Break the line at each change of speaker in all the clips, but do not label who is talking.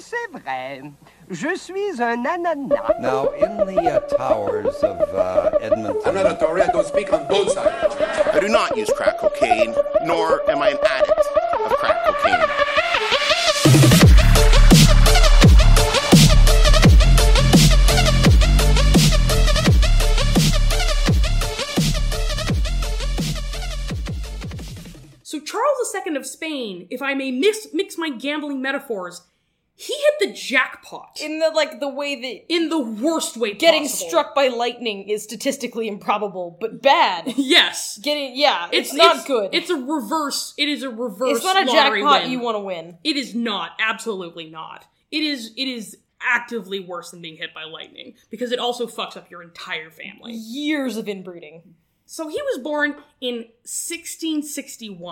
c'est vrai. Je suis un ananas.
Now, in the uh, towers of uh,
I'm
Edmonton,
not a Tory. I don't speak on both sides.
I do not use crack cocaine, nor am I an addict of crack cocaine.
So Charles II of Spain, if I may mix mix my gambling metaphors, he hit the jackpot in,
in the like the way that
the worst way
getting
possible.
struck by lightning is statistically improbable, but bad.
Yes.
getting yeah, it's, not good.
It's a reverse. It is a reverse.
It's not a
lottery
jackpot
win.
you want to win.
It is not. Absolutely not. It is. It is actively worse than being hit by lightning because it also fucks up your entire family.
Years of inbreeding.
So he was born in 1661,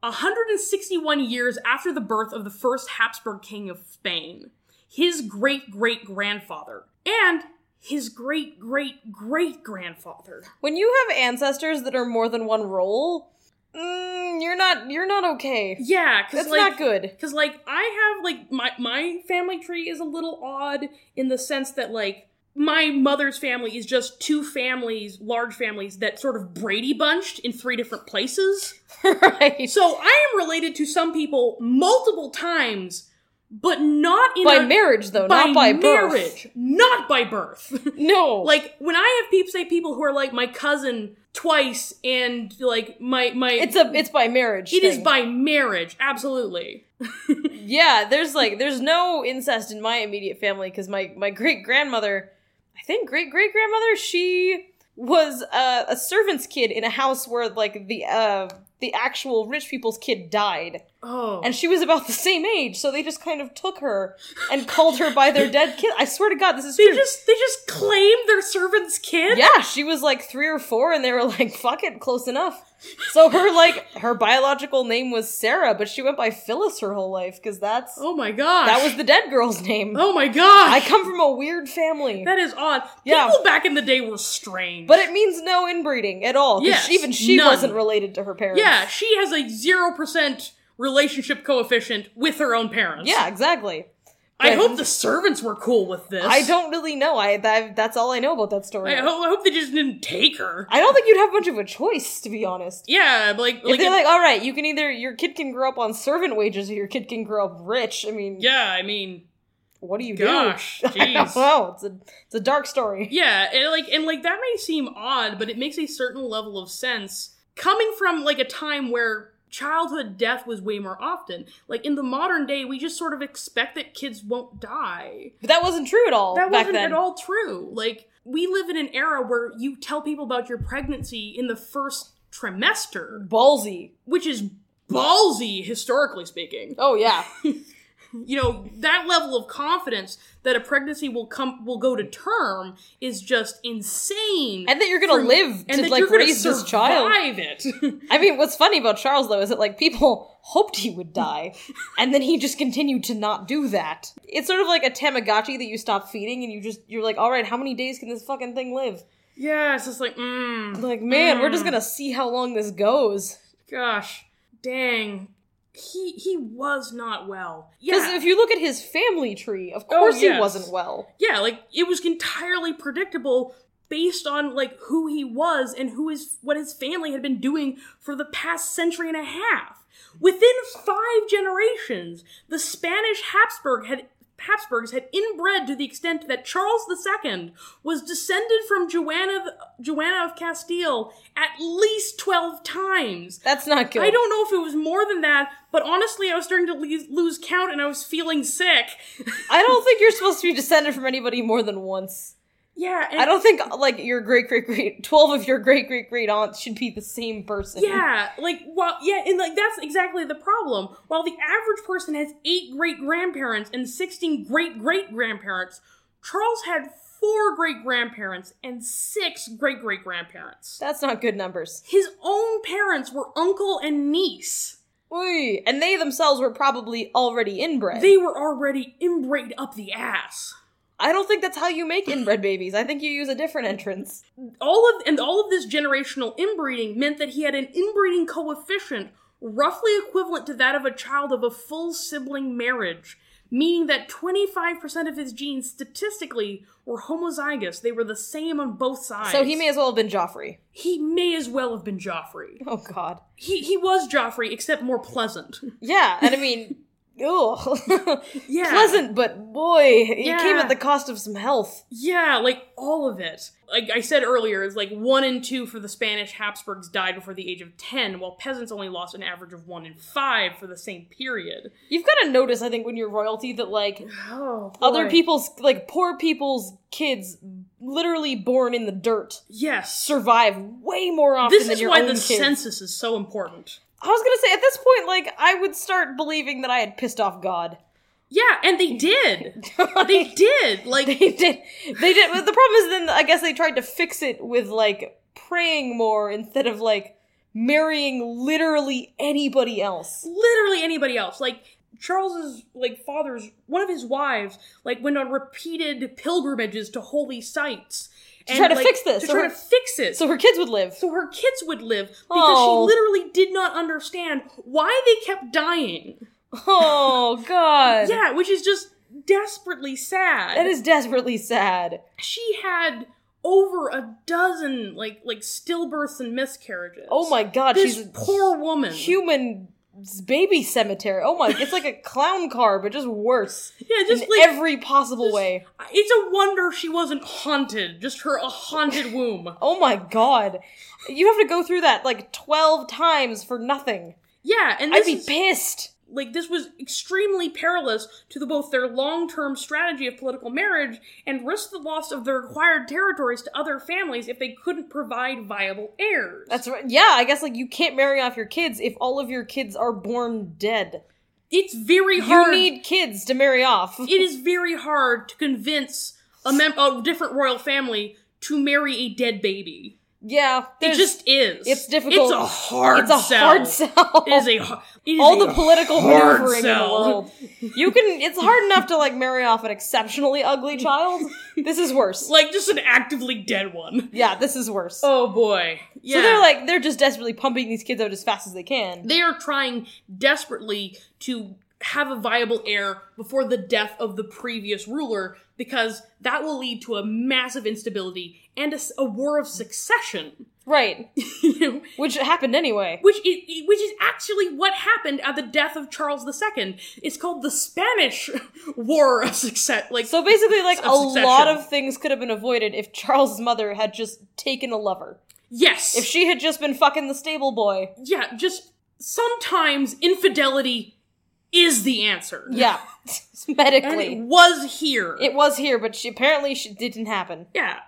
161 years after the birth of the first Habsburg king of Spain, his great great grandfather, and his great great great grandfather.
When you have ancestors that are more than one role, mm, you're not you're not okay.
Yeah, because
That's
like,
not good.
Because like I have like my my family tree is a little odd in the sense that like my mother's family is just two families, large families that sort of Brady bunched in three different places.
right.
So I am related to some people multiple times, but not in
by
a,
marriage though, not by birth.
marriage, not by birth.
No.
like when I have peeps say people who are like my cousin twice and like my my
it's a it's by marriage.
it is
thing.
by marriage, absolutely.
Yeah, there's like there's no incest in my immediate family because my my great grandmother, I think great great grandmother, she was a, a servant's kid in a house where like the uh the actual rich people's kid died,
Oh,
and she was about the same age, so they just kind of took her and called her by their dead kid. I swear to God, this is
they
true.
just they just claim their servant's kid.
yeah, she was like three or four, and they were like, "Fuck it, close enough." So her like her biological name was Sarah, but she went by Phyllis her whole life because that's
Oh my gosh.
that was the dead girl's name.
Oh my gosh.
I come from a weird family.
that is odd.
Yeah.
People back in the day were strange.
But it means no inbreeding at all. 'cause
Yes,
she- even she
none.
wasn't related to her parents.
Yeah, she has a 0% relationship coefficient with her own parents.
Yeah, exactly.
I
good.
hope the servants were cool with this.
I don't really know. I, I that's all I know about that story.
I, ho- I hope they just didn't take her.
I don't think you'd have much of a choice, to be honest.
yeah, but like,
If
like,
they're like, all right, you can either your kid can grow up on servant wages or your kid can grow up rich. I mean,
yeah, I mean,
what do you
gosh,
do? I don't
jeez.
know. It's a it's a dark story.
yeah, and like, and like that may seem odd, but it makes a certain level of sense coming from like a time where childhood death was way more often. Like in the modern day, we just sort of expect that kids won't die.
But that wasn't true at all
That
back
wasn't at
then.
all true. Like we live in an era where you tell people about your pregnancy in the first trimester.
Ballsy.
which is ballsy historically speaking.
Oh yeah.
You know, that level of confidence that a pregnancy will come will go to term is just insane.
And that you're gonna live to
that
like
gonna
raise this child.
survive it.
I mean, what's funny about Charles though is that like people hoped he would die, and then he just continued to not do that. It's sort of like a Tamagotchi that you stop feeding, and you just you're like, all right, how many days can this fucking thing live?
yeah, it's just like, mm,
Like, man, we're just gonna see how long this goes.
gosh, dang, he he was not well.
Because
Yeah, Oh,
if you look at his family tree, of course he
yes.
wasn't well.
yeah, like it was entirely predictable based on like who he was and who his what his family had been doing for the past century and a half. Within five generations, the Spanish Habsburg had Habsburgs had inbred to the extent that Charles II was descended from Joanna Joanna of Castile at least twelve times.
That's not good.
I don't know if it was more than that, but honestly, I was starting to lose, lose count and I was feeling sick.
I don't think you're supposed to be descended from anybody more than once.
Yeah, and
I don't think like your great great great twelve of your great great great aunts should be the same person.
Yeah, like well, yeah, and like that's exactly the problem. While the average person has eight great grandparents and sixteen great great grandparents, Charles had four great grandparents and six great great grandparents.
That's not good numbers.
His own parents were uncle and niece.
Oy, and they themselves were probably already inbred.
They were already inbred up the ass.
I don't think that's how you make inbred babies. I think you use a different entrance.
All of and all of this generational inbreeding meant that he had an inbreeding coefficient roughly equivalent to that of a child of a full sibling marriage, meaning that 25% of his genes statistically were homozygous. They were the same on both sides.
So he may as well have been Joffrey.
he may as well have been Joffrey.
Oh God.
He he was Joffrey, except more pleasant.
Yeah, and I mean, ugh.
Yeah.
pleasant, but boy, it came
Yeah.
at the cost of some health.
Yeah, like all of it. Like I said earlier, it's like one in two for the Spanish Habsburgs died before the age of 10, while peasants only lost an average of one in five for the same period.
You've got to notice, I think, when you're royalty that like
Oh.
other people's, like poor people's kids, literally born in the dirt,
Yes.
survive way more often
This
than
is
your
why
own
the
kids.
census is so important.
I was gonna say at this point, like I would start believing that I had pissed off God.
Yeah, and they did. they did. Like
They did. They did. but the problem is, then I guess they tried to fix it with like praying more instead of like marrying literally anybody else.
literally anybody else. Like Charles's like father's one of his wives like went on repeated pilgrimages to holy sites and,
try to
like,
fix this,
to
so
try
her-
to fix it.
So her kids would live.
so her kids would live because
Oh.
she literally did not understand why they kept dying.
Oh God.
Yeah, which is just desperately sad.
That is desperately sad.
she had over a dozen like like stillbirths and miscarriages.
Oh my god,
This
she's a
poor woman.
human baby cemetery. Oh my, it's like a clown car, but just worse
yeah, just
in
like
every possible way.
it's a wonder she wasn't haunted. Just her a haunted womb.
Oh my god, you have to go through that like twelve times for nothing.
Yeah, and
I'd
this
be
is-
pissed.
like this was extremely perilous to the, both their long-term strategy of political marriage and risked the loss of their acquired territories to other families if they couldn't provide viable heirs.
That's right. Yeah, I guess like you can't marry off your kids if all of your kids are born dead.
it's very
You
hard.
need kids to marry off.
it is very hard to convince a, mem- a different royal family to marry a dead baby.
Yeah,
It
there's-
just is.
it's
It's
difficult.
a hard.
It's a
sell.
hard sell.
It is a. har- It is
all
a
the political
hard
maneuvering
sell.
in the world. You can. It's hard enough to like marry off an exceptionally ugly child. This is worse.
like just an actively dead one.
yeah, this is worse.
Oh boy. Yeah.
So they're like they're just desperately pumping these kids out as fast as they can.
they are trying desperately to have a viable heir before the death of the previous ruler because that will lead to a massive instability and a, s- a war of succession
Right,
You know,
which happened anyway.
which is, which is actually what happened at the death of Charles II it's called the Spanish war of success like
So basically, like a
Of succession.
lot of things could have been avoided if Charles' mother had just taken a lover.
yes
If she had just been fucking the stable boy.
yeah just sometimes infidelity is the answer
Yeah,
and
medically.
it was here
It was here, but she apparently she didn't happen.
Yeah.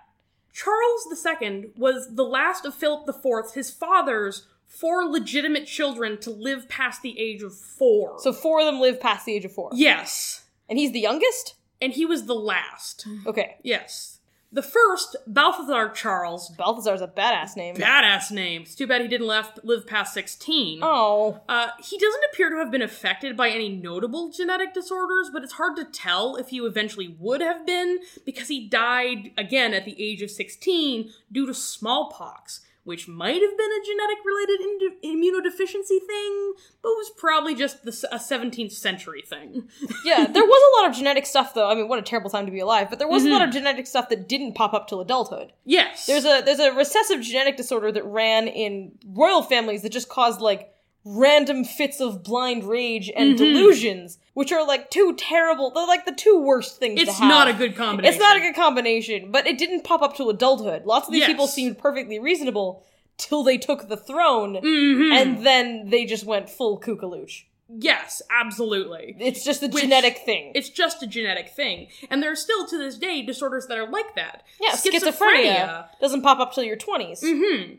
Charles II was the last of Philip IV, his father's four legitimate children to live past the age of four.
So four of them live past the age of four,
yes.
and he's the youngest.
And he was the last.
Okay,
Yes. The first, Balthazar Charles,
Balthazar's a badass name.
badass name. It's too bad he didn't left, live past 16.
oh,
Uh, he doesn't appear to have been affected by any notable genetic disorders, but it's hard to tell if he eventually would have been because he died again at the age of 16 due to smallpox, which might have been a genetic related ind- immunodeficiency thing, but was probably just the, s- a 17th century thing.
yeah. There was a lot of genetic stuff, though. I mean, what a terrible time to be alive. But there was a lot of genetic stuff that didn't pop up till adulthood.
Yes.
There's a there's a recessive genetic disorder that ran in royal families that just caused like random fits of blind rage and
Mm-hmm.
delusions, which are like two terrible. They're like the two worst things. to
It's
have.
not a good combination.
It's not a good combination, but it didn't pop up till adulthood. Lots of these
Yes.
people seemed perfectly reasonable till they took the throne,
Mm-hmm.
and then they just went full kookalooch.
Yes, absolutely.
It's just the
Which-
genetic thing.
It's just a genetic thing. And there are still to this day disorders that are like that.
yeah, schizophrenia doesn't pop up till your 20s.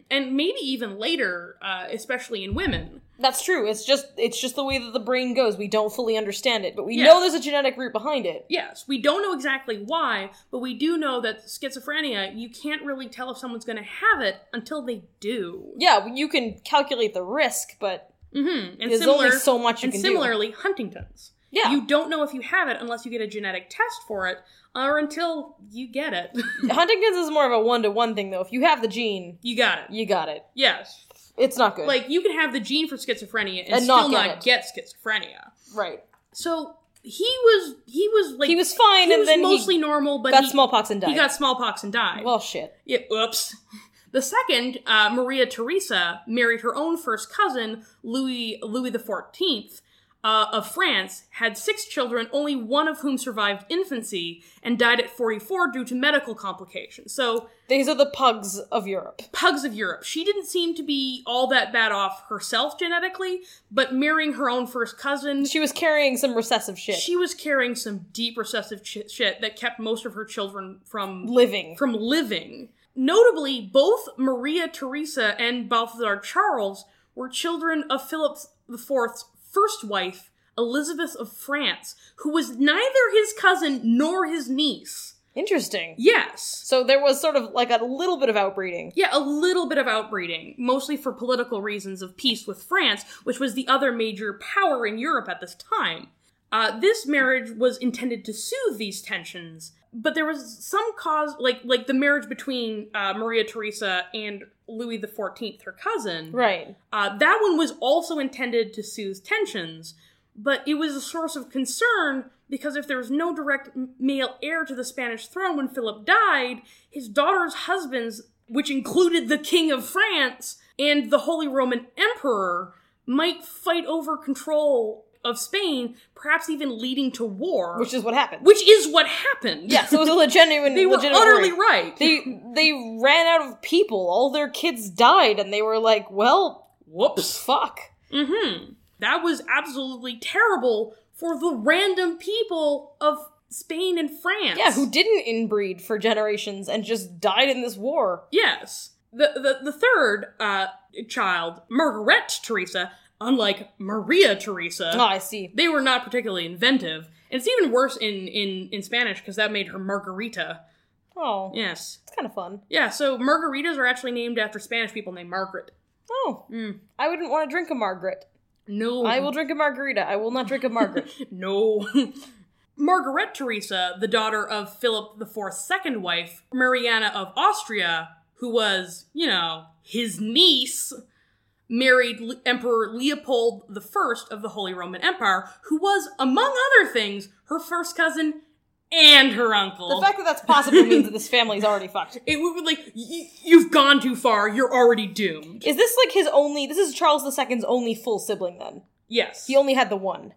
and maybe even later, uh, especially in women.
That's true. It's just it's just the way that the brain goes. We don't fully understand it, but we
Yeah.
know there's a genetic root behind it.
Yes, we don't know exactly why, but we do know that schizophrenia, you can't really tell if someone's going to have it until they do.
Yeah, you can calculate the risk, but
Mm-hmm. And
There's only so much you
and
can do.
similarly, Huntington's.
Yeah.
You don't know if you have it unless you get a genetic test for it or until you get it.
Huntington's is more of a one to one thing, though. If you have the gene,
you got it.
you got it.
Yes.
It's not good.
Like you can have the gene for schizophrenia and,
And not
still
get
not
it.
get schizophrenia.
right.
So he was he was like
He was fine,
he
and
was
then he
mostly normal, but
Got
he,
smallpox and died.
he got smallpox and died.
well, shit.
Yeah, oops. The second, uh, Maria Theresa married her own first cousin, Louis Louis the Fourteenth uh, of France, had six children, only one of whom survived infancy and died at 44 due to medical complications. So,
These are the pugs of Europe.
pugs of Europe. She didn't seem to be all that bad off herself genetically, but marrying her own first cousin,
She was carrying some recessive shit.
she was carrying some deep recessive ch- shit that kept most of her children from
living.
from living. Notably, both Maria Theresa and Balthazar Charles were children of Philip IV's first wife, Elizabeth of France, who was neither his cousin nor his niece.
Interesting.
Yes.
So there was sort of like a little bit of outbreeding.
Yeah, a little bit of outbreeding, mostly for political reasons of peace with France, which was the other major power in Europe at this time. Uh, this marriage was intended to soothe these tensions, but there was some cause, like like the marriage between uh, Maria Theresa and Louis the Fourteenth, her cousin.
Right.
Uh, that one was also intended to soothe tensions, but it was a source of concern because if there was no direct m- male heir to the Spanish throne when Philip died, his daughter's husbands, which included the King of France and the Holy Roman Emperor, might fight over control of Spain, perhaps even leading to war,
Which is what happened.
which is what happened.
yeah, so it was a legitimate.
they were
legitimate
utterly
worry.
right.
They they ran out of people. All their kids died, and they were like, "Well,
Whoops.
fuck."
Mm-hmm. That was absolutely terrible for the random people of Spain and France.
Yeah, who didn't inbreed for generations and just died in this war.
Yes. The the the third uh, child, Margaret Teresa, unlike Maria Teresa,
Ah, I see.
they were not particularly inventive. And it's even worse in in in Spanish because that made her Margarita.
Oh,
Yes.
it's kind of fun.
Yeah. So margaritas are actually named after Spanish people named Margaret.
Oh,
Mm.
I wouldn't want to drink a Margaret.
No.
I will drink a margarita. I will not drink a Margaret.
No. Margaret Theresa, the daughter of Philip IV's second wife, Mariana of Austria, who was, you know, his niece, married Le- Emperor Leopold I of the Holy Roman Empire, who was, among other things, her first cousin and her uncle.
the fact that that's possible means that this family's already fucked.
it would like y- you've gone too far. You're already doomed.
Is this like his only? This is Charles II's only full sibling. Then
Yes,
he only had the one.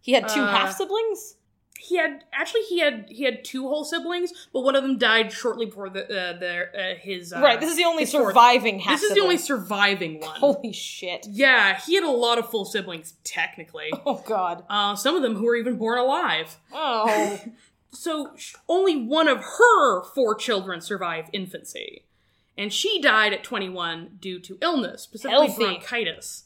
He had two
Uh,
half siblings.
he had actually he had he had two whole siblings, but one of them died shortly before the uh, their uh, his uh,
Right. This is the only
his fourth-
surviving half.
This is the only surviving one.
Holy shit!
Yeah, he had a lot of full siblings, technically.
Oh god.
Uh, some of them who were even born alive.
Oh.
So sh- only one of her four children survived infancy. And she died at 21 due to illness, specifically
Healthy.
bronchitis.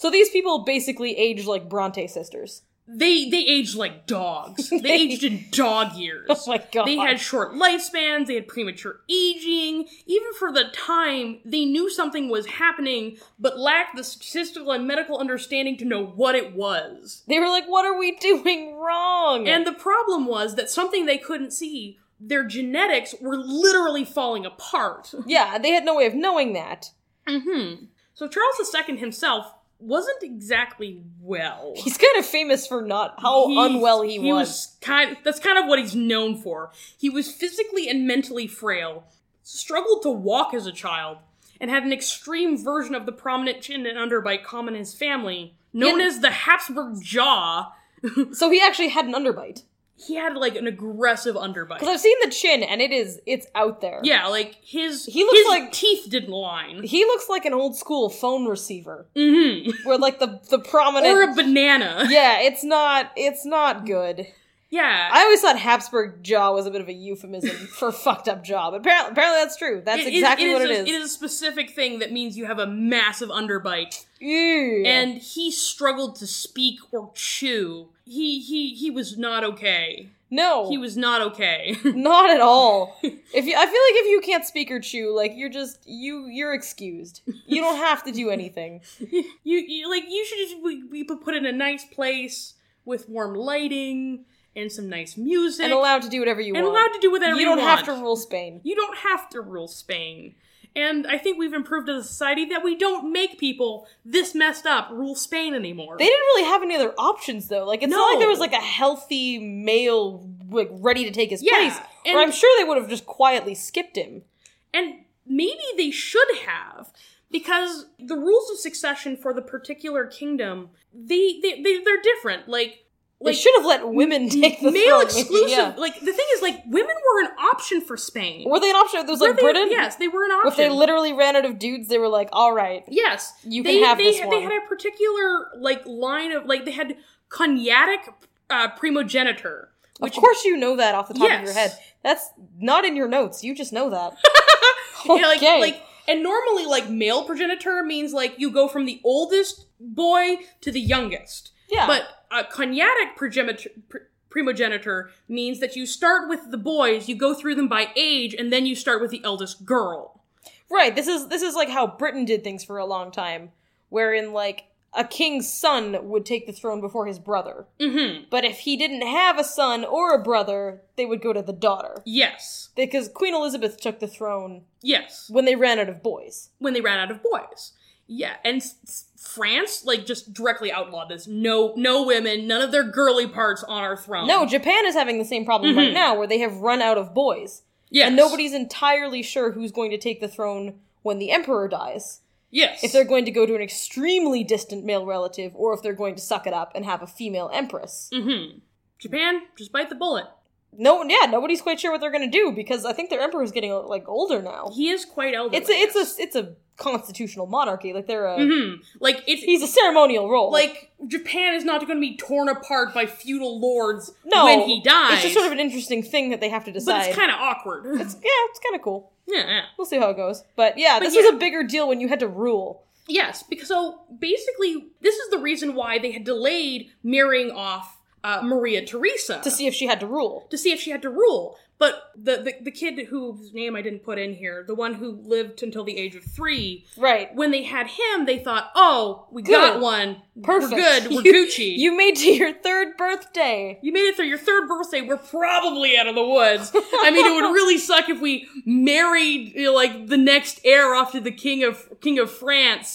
so these people basically age like Bronte sisters.
They they aged like dogs. They aged in dog years.
Oh my god.
They had short lifespans, they had premature aging. Even for the time, they knew something was happening, but lacked the statistical and medical understanding to know what it was.
They were like, "What are we doing wrong?"
And the problem was that something they couldn't see, their genetics were literally falling apart.
yeah, they had no way of knowing that.
Mm-hmm. So Charles II himself wasn't exactly well.
He's kind of famous for not how unwell he,
he
was.
kind that's kind of what he's known for. He was physically and mentally frail, struggled to walk as a child, and had an extreme version of the prominent chin and underbite common in his family, known
Yeah.
as the Habsburg jaw.
So he actually had an underbite.
He had like an aggressive underbite.
Because I've seen the chin, and it is it's out there.
yeah, like his
He looks
his
like-
teeth didn't line.
He looks like an old school phone receiver,
hmm
where like the the prominent.
Or a banana.
yeah, it's not it's not good.
Yeah.
I always thought Habsburg jaw was a bit of a euphemism for fucked up jaw, but apparently, apparently that's true. That's
It is-
exactly what
a,
it
It is a specific thing that means you have a massive underbite,
Ew.
and he struggled to speak or chew. He he he was not okay.
no,
He was not okay.
not at all. If you, I feel like if you can't speak or chew, like you're just you you're excused. You don't have to do anything.
you, you like you should just we, we put put in a nice place. with warm lighting and some nice music
and allowed to do whatever you
and
want.
allowed to do whatever
you don't
want.
have to rule Spain.
You don't have to rule Spain. And I think we've improved as a society that we don't make people this messed up rule Spain anymore.
They didn't really have any other options though. Like it's not like
No.
there was like a healthy male like ready to take his
Yeah,
place.
and-
or I'm sure they would have just quietly skipped him.
and maybe they should have because the rules of succession for the particular kingdom they, they, they they're different like
They should have let women take the
male
throne.
exclusive
Yeah.
like the thing is like women were an option for spain
Were they an option? There was
Were
like
they-
Britain.
yes they were an
If
option
they literally ran out of dudes, they were like, "All right,
yes
You
they,
can have
they,
this
they
one.
had a particular like line of like they had cognatic uh, primogenitor
Of course you know that off the top of your
Yes.
head. That's not in your notes. You just know that.
Yeah, like,
Okay.
like, and normally, like, male progenitor means like you go from the oldest boy to the youngest.
Yeah.
But a cognatic progenitor, pr- primogenitor means that you start with the boys, you go through them by age, and then you start with the eldest girl.
right. This is this is like how Britain did things for a long time, wherein like a king's son would take the throne before his brother.
Mm-hmm.
But if he didn't have a son or a brother, they would go to the daughter.
Yes.
Because Queen Elizabeth took the throne
Yes.
when they ran out of boys.
When they ran out of boys. Yeah, and s- s- France like just directly outlawed this. No, no women, none of their girly parts on our throne.
No, Japan is having the same problem
Mm-hmm.
right now where they have run out of boys.
yes.
And nobody's entirely sure who's going to take the throne when the emperor dies.
Yes,
if they're going to go to an extremely distant male relative or if they're going to suck it up and have a female empress.
mm-hmm. Japan, just bite the bullet.
No, yeah, nobody's quite sure what they're going to do because I think their emperor's getting like older now.
He is quite elderly.
It's a, it's a it's a constitutional monarchy. Like they're a
Mhm. like it's
he's a ceremonial role.
like Japan is not going to be torn apart by feudal lords
no,
when he dies.
It's just sort of an interesting thing that they have to decide.
but it's kind of awkward.
It's- yeah, it's kind of cool.
yeah, yeah.
We'll see how it goes. But yeah,
But
this
yeah.
was a bigger deal when you had to rule.
Yes, because so basically, this is the reason why they had delayed marrying off uh, Maria Theresa
To see if she had to rule.
to see if she had to rule. But the, the the kid whose name I didn't put in here, the one who lived until the age of three,
Right.
when they had him, they thought, "Oh, we
Good.
got one.
Perfect.
We're good. We're
You-
Gucci."
You made to your third birthday.
You made it through your third birthday. We're probably out of the woods. I mean, it would really suck if we married you know, like the next heir off to the king of king of France,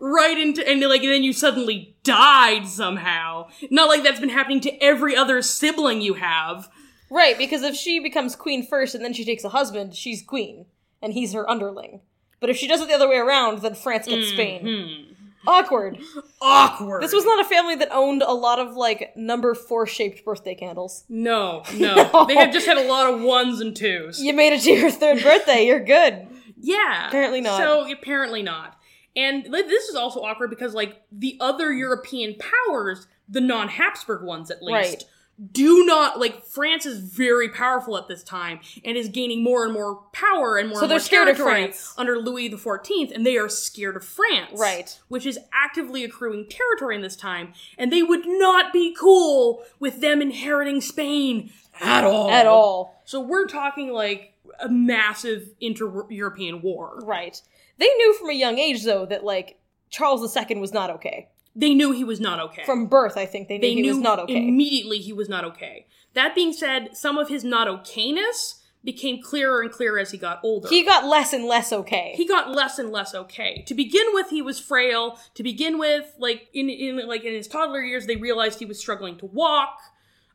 right into and like then you suddenly died somehow. Not like that's been happening to every other sibling you have.
Right, because if she becomes queen first and then she takes a husband, she's queen and he's her underling. But if she does it the other way around, then France gets
Mm-hmm.
Spain. Awkward.
Awkward.
This was not a family that owned a lot of like number four shaped birthday candles.
no, no.
No.
They had just had a lot of ones and twos.
You made it to your third birthday. You're good.
Yeah.
Apparently not.
So apparently not. And li- this is also awkward because like the other European powers, the non-Habsburg ones at least,
Right.
do not like France is very powerful at this time and is gaining more and more power and more
So
and
they're
more
scared of
territory
France.
under Louis the Fourteenth, and they are scared of France,
Right.
Which is actively accruing territory in this time, and they would not be cool with them inheriting Spain at all,
At all.
So we're talking like a massive inter-European war,
Right. They knew from a young age though that like Charles II was not okay.
they knew he was not okay.
From birth, I think they knew
they
he
knew
was not okay.
immediately he was not okay. That being said, some of his not okayness became clearer and clearer as he got older.
he got less and less okay.
he got less and less okay. To begin with, he was frail. To begin with, like in, in like in his toddler years, they realized he was struggling to walk.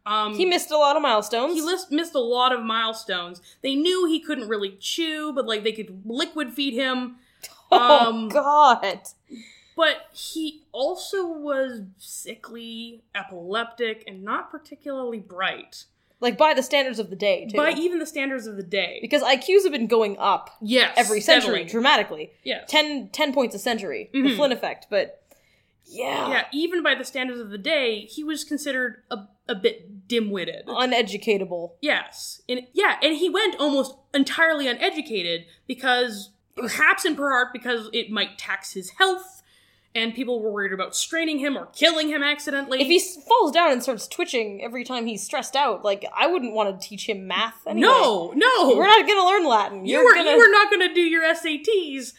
Um,
he missed a lot of milestones.
he list, missed a lot of milestones. They knew he couldn't really chew, but like they could liquid feed him.
oh
um,
God.
But he also was sickly, epileptic, and not particularly bright
Like by the standards of the day, too.
by even the standards of the day.
because IQs have been going up
Yes,
every century
steadily.
dramatically.
Yes.
10, 10 points a century, the
Mhm.
Flynn effect. But yeah,
yeah, even by the standards of the day, he was considered a, a bit dim-witted.
Oh. uneducatable.
yes, and yeah, and he went almost entirely uneducated because perhaps in part because it might tax his health, and people were worried about straining him or killing him accidentally.
If he s- falls down and starts twitching every time he's stressed out, like I wouldn't want to teach him math. Anyway.
no, no,
we're not gonna learn Latin.
You
You're
were
gonna,
you were not going to do your SATs.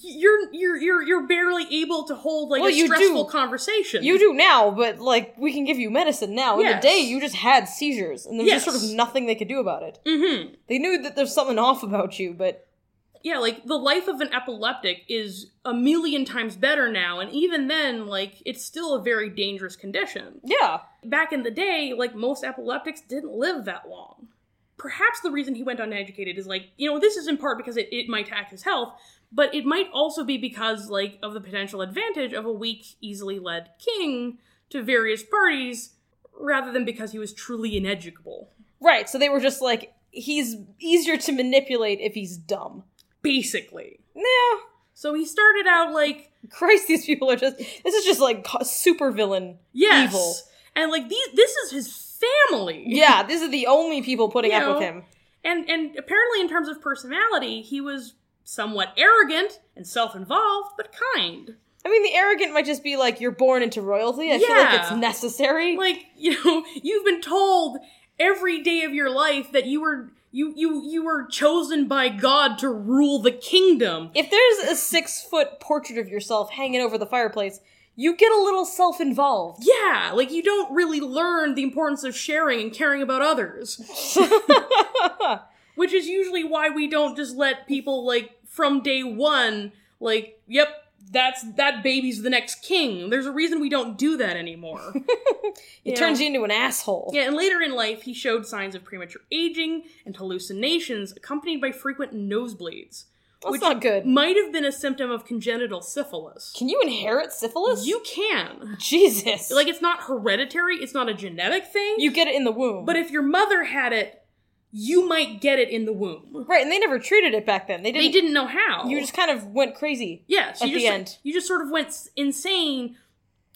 you're you're you're you're barely able to hold like
Well,
a
you do-
stressful conversation.
You do now, but like we can give you medicine now. In
Yes.
the day, you just had seizures, and there's just sort
Yes.
of nothing they could do about it.
Mm-hmm.
They knew that there's something off about you, but
yeah, like the life of an epileptic is a million times better now, and even then, like it's still a very dangerous condition.
yeah,
Back in the day, like most epileptics didn't live that long. Perhaps the reason he went uneducated is like, you know, this is in part because it, it might attack his health, but it might also be because, like, of the potential advantage of a weak, easily led king to various parties, rather than because he was truly ineducable.
right. So they were just like, he's easier to manipulate if he's dumb.
Basically.
Nah,
So he started out like
Christ, these people are just. This is just like co- super villain
yes,
evil.
and like these, this is his family.
Yeah, these are the only people putting
You
up
know.
with him.
and and apparently in terms of personality, he was somewhat arrogant and self-involved, but kind.
I mean, the arrogant might just be like, you're born into royalty. I feel like
Yeah.
it's necessary.
Like you know, you've been told every day of your life that you were you you you were chosen by God to rule the kingdom.
if there's a six foot portrait of yourself hanging over the fireplace, you get a little self involved.
Yeah, like you don't really learn the importance of sharing and caring about others. which is usually why we don't just let people like from day one like yep that's that baby's the next king there's a reason we don't do that anymore
It
Yeah.
turns you into an asshole.
yeah and later in life he showed signs of premature aging and hallucinations accompanied by frequent nosebleeds
That's
which
not good.
might have been a symptom of congenital syphilis
Can you inherit syphilis?
you can
Jesus.
like it's not hereditary it's not a genetic thing
you get it in the womb.
but if your mother had it you might get it in the womb
right, and they never treated it back then. They didn't.
they didn't know how
You just kind of went crazy.
Yes,
at
you
the
just,
end.
You just sort of went s- insane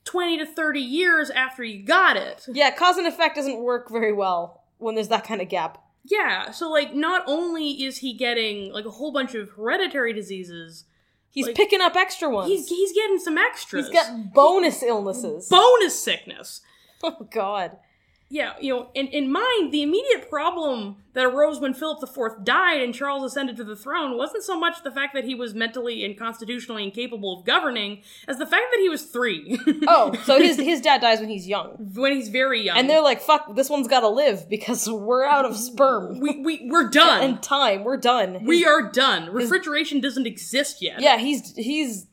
20 to 30 years after you got it.
Yeah, cause and effect doesn't work very well when there's that kind of gap.
Yeah, so like not only is he getting like a whole bunch of hereditary diseases,
He's
Like-
picking up extra ones.
he's he's getting some extras.
he's got bonus illnesses.
bonus sickness.
oh God.
Yeah, you know, in, in mind, the immediate problem that arose when Philip IV died and Charles ascended to the throne wasn't so much the fact that he was mentally and constitutionally incapable of governing as the fact that he was three
Oh, so his his dad dies when he's young,
when he's very young.
and they're like, "Fuck, this one's got to live because we're out of sperm
we, we, we're done.
and time. We're done.
We are done. Refrigeration doesn't exist yet.
yeah, he's he's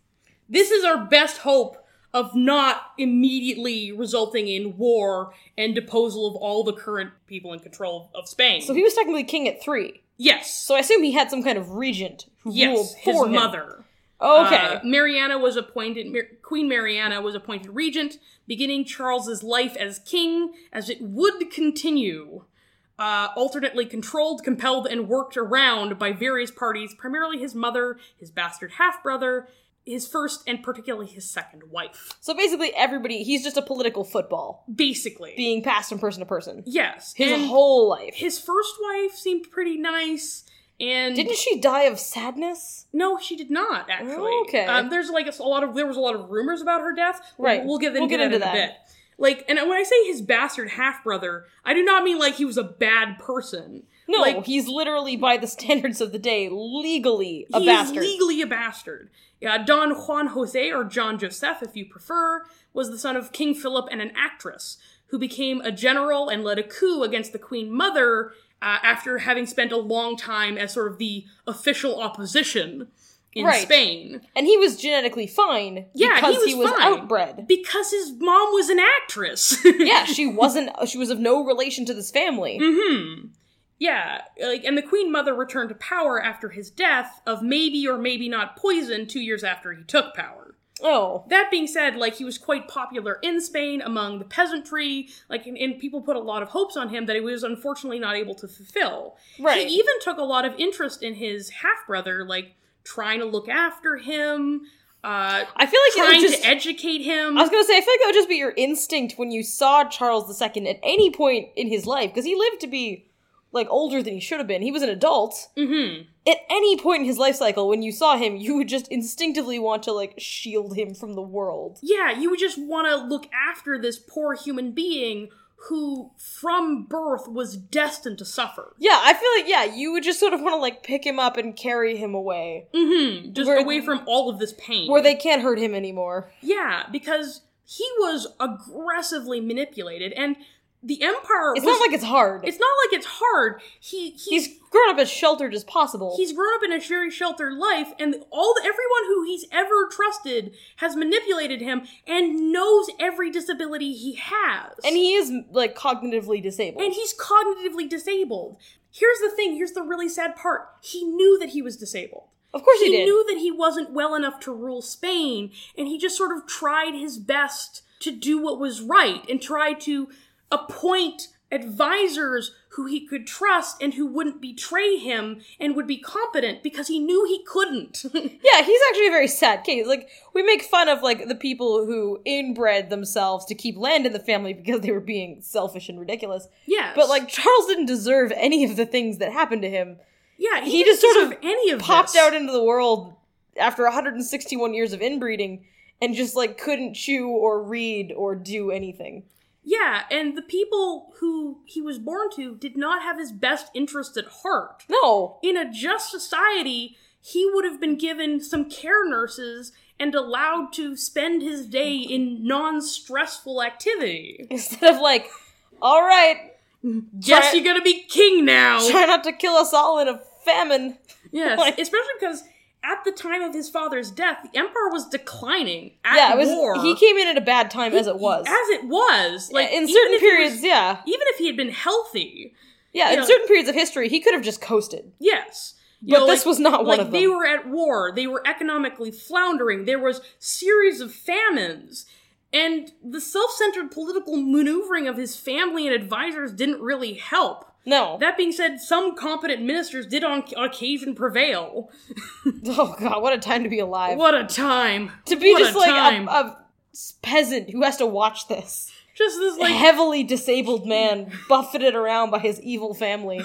This is our best hope of not immediately resulting in war and deposal of all the current people in control of Spain.
so he was technically king at three.
yes.
So I assume he had some kind of regent who ruled
Yes,
for
his
him.
mother.
Okay,
Uh, Mariana was appointed Mar- Queen Mariana was appointed regent, beginning Charles's life as king as it would continue. Uh, alternately controlled, compelled, and worked around by various parties, primarily his mother, his bastard half brother, his first and particularly his second wife.
so basically everybody he's just a political football
Basically,
being passed from person to person
yes.
his
and
whole life.
his first wife seemed pretty nice, and
Didn't she die of sadness?
No, she did not actually.
Okay.
Um, there's like a lot of there was a lot of rumors about her death. We'll-
Right.
We'll, get into,
We'll get
that
into
in
that.
a bit. Like, and when I say his bastard half brother, I do not mean like he was a bad person.
No,
like,
he's literally by the standards of the day legally a
he
bastard.
is legally a bastard. Yeah, Don Juan Jose or John Joseph, if you prefer, was the son of King Philip and an actress who became a general and led a coup against the Queen Mother uh, after having spent a long time as sort of the official opposition in
Right.
Spain.
and he was genetically fine
Yeah,
because
he was fine.
outbred.
Because his mom was an actress.
yeah, she wasn't. She was of no relation to this family.
hmm. Yeah. Like, and the queen mother returned to power after his death of maybe or maybe not poison two years after he took power.
Oh,
That being said, like he was quite popular in Spain among the peasantry, like and, and people put a lot of hopes on him that he was unfortunately not able to fulfill.
Right.
He even took a lot of interest in his half brother, like trying to look after him, uh,
I feel like it
trying
would just.
to educate him.
I was gonna say, I feel like that would just be your instinct when you saw Charles II at any point in his life, because he lived to be like older than he should have been. He was an adult.
mm-hmm.
At any point in his life cycle, when you saw him, you would just instinctively want to like shield him from the world.
Yeah, you would just want to look after this poor human being who from birth was destined to suffer.
Yeah, I feel like yeah, you would just sort of want to like pick him up and carry him away,
Mm-hmm. Just
Where-
away from all of this pain.
where they can't hurt him anymore.
Yeah, because he was aggressively manipulated and the Empire
It's
was
not like it's hard.
it's not like it's hard. He he's
he's grown up as sheltered as possible.
he's grown up in a very sheltered life and all the, everyone who he's ever trusted has manipulated him and knows every disability he has
and he is like cognitively disabled.
and he's cognitively disabled here's the thing here's the really sad part he knew that he was disabled
of course he,
he
did.
knew that he wasn't well enough to rule Spain, and he just sort of tried his best to do what was right and tried to appoint advisors who he could trust and who wouldn't betray him and would be competent because he knew he couldn't.
yeah, he's actually a very sad case. Like we make fun of like the people who inbred themselves to keep land in the family because they were being selfish and ridiculous.
yes.
But like Charles didn't deserve any of the things that happened to him.
yeah, he,
he
didn't
just sort
deserve
of
any of
Popped
this.
out into the world after 161 years of inbreeding and just like couldn't chew or read or do anything.
Yeah, and the people who he was born to did not have his best interest at heart.
No.
in a just society, he would have been given some care nurses and allowed to spend his day in non stressful activity.
Instead of like, all right,
Yes, you're gonna be king now.
try not to kill us all in a famine.
Yes,
Like-
especially because at the time of his father's death, the empire was declining at
yeah, it was.
war.
He came in at a bad time as it was.
as it was. Like
in
even
certain
if he was-
periods, yeah,
even if he had been healthy,
yeah, in
know-
certain periods of history, he could have just coasted.
Yes. You
But this was not one
like
of
They
them.
were at war. They were economically floundering. There was series of famines. And the self-centered political maneuvering of his family and advisors didn't really help.
No.
That being said, some competent ministers did on occasion prevail.
oh god, what a time to be alive.
What a time.
to be
What
just
a
like
time.
a, a peasant who has to watch this.
just this
a
like
heavily disabled man buffeted around by his evil family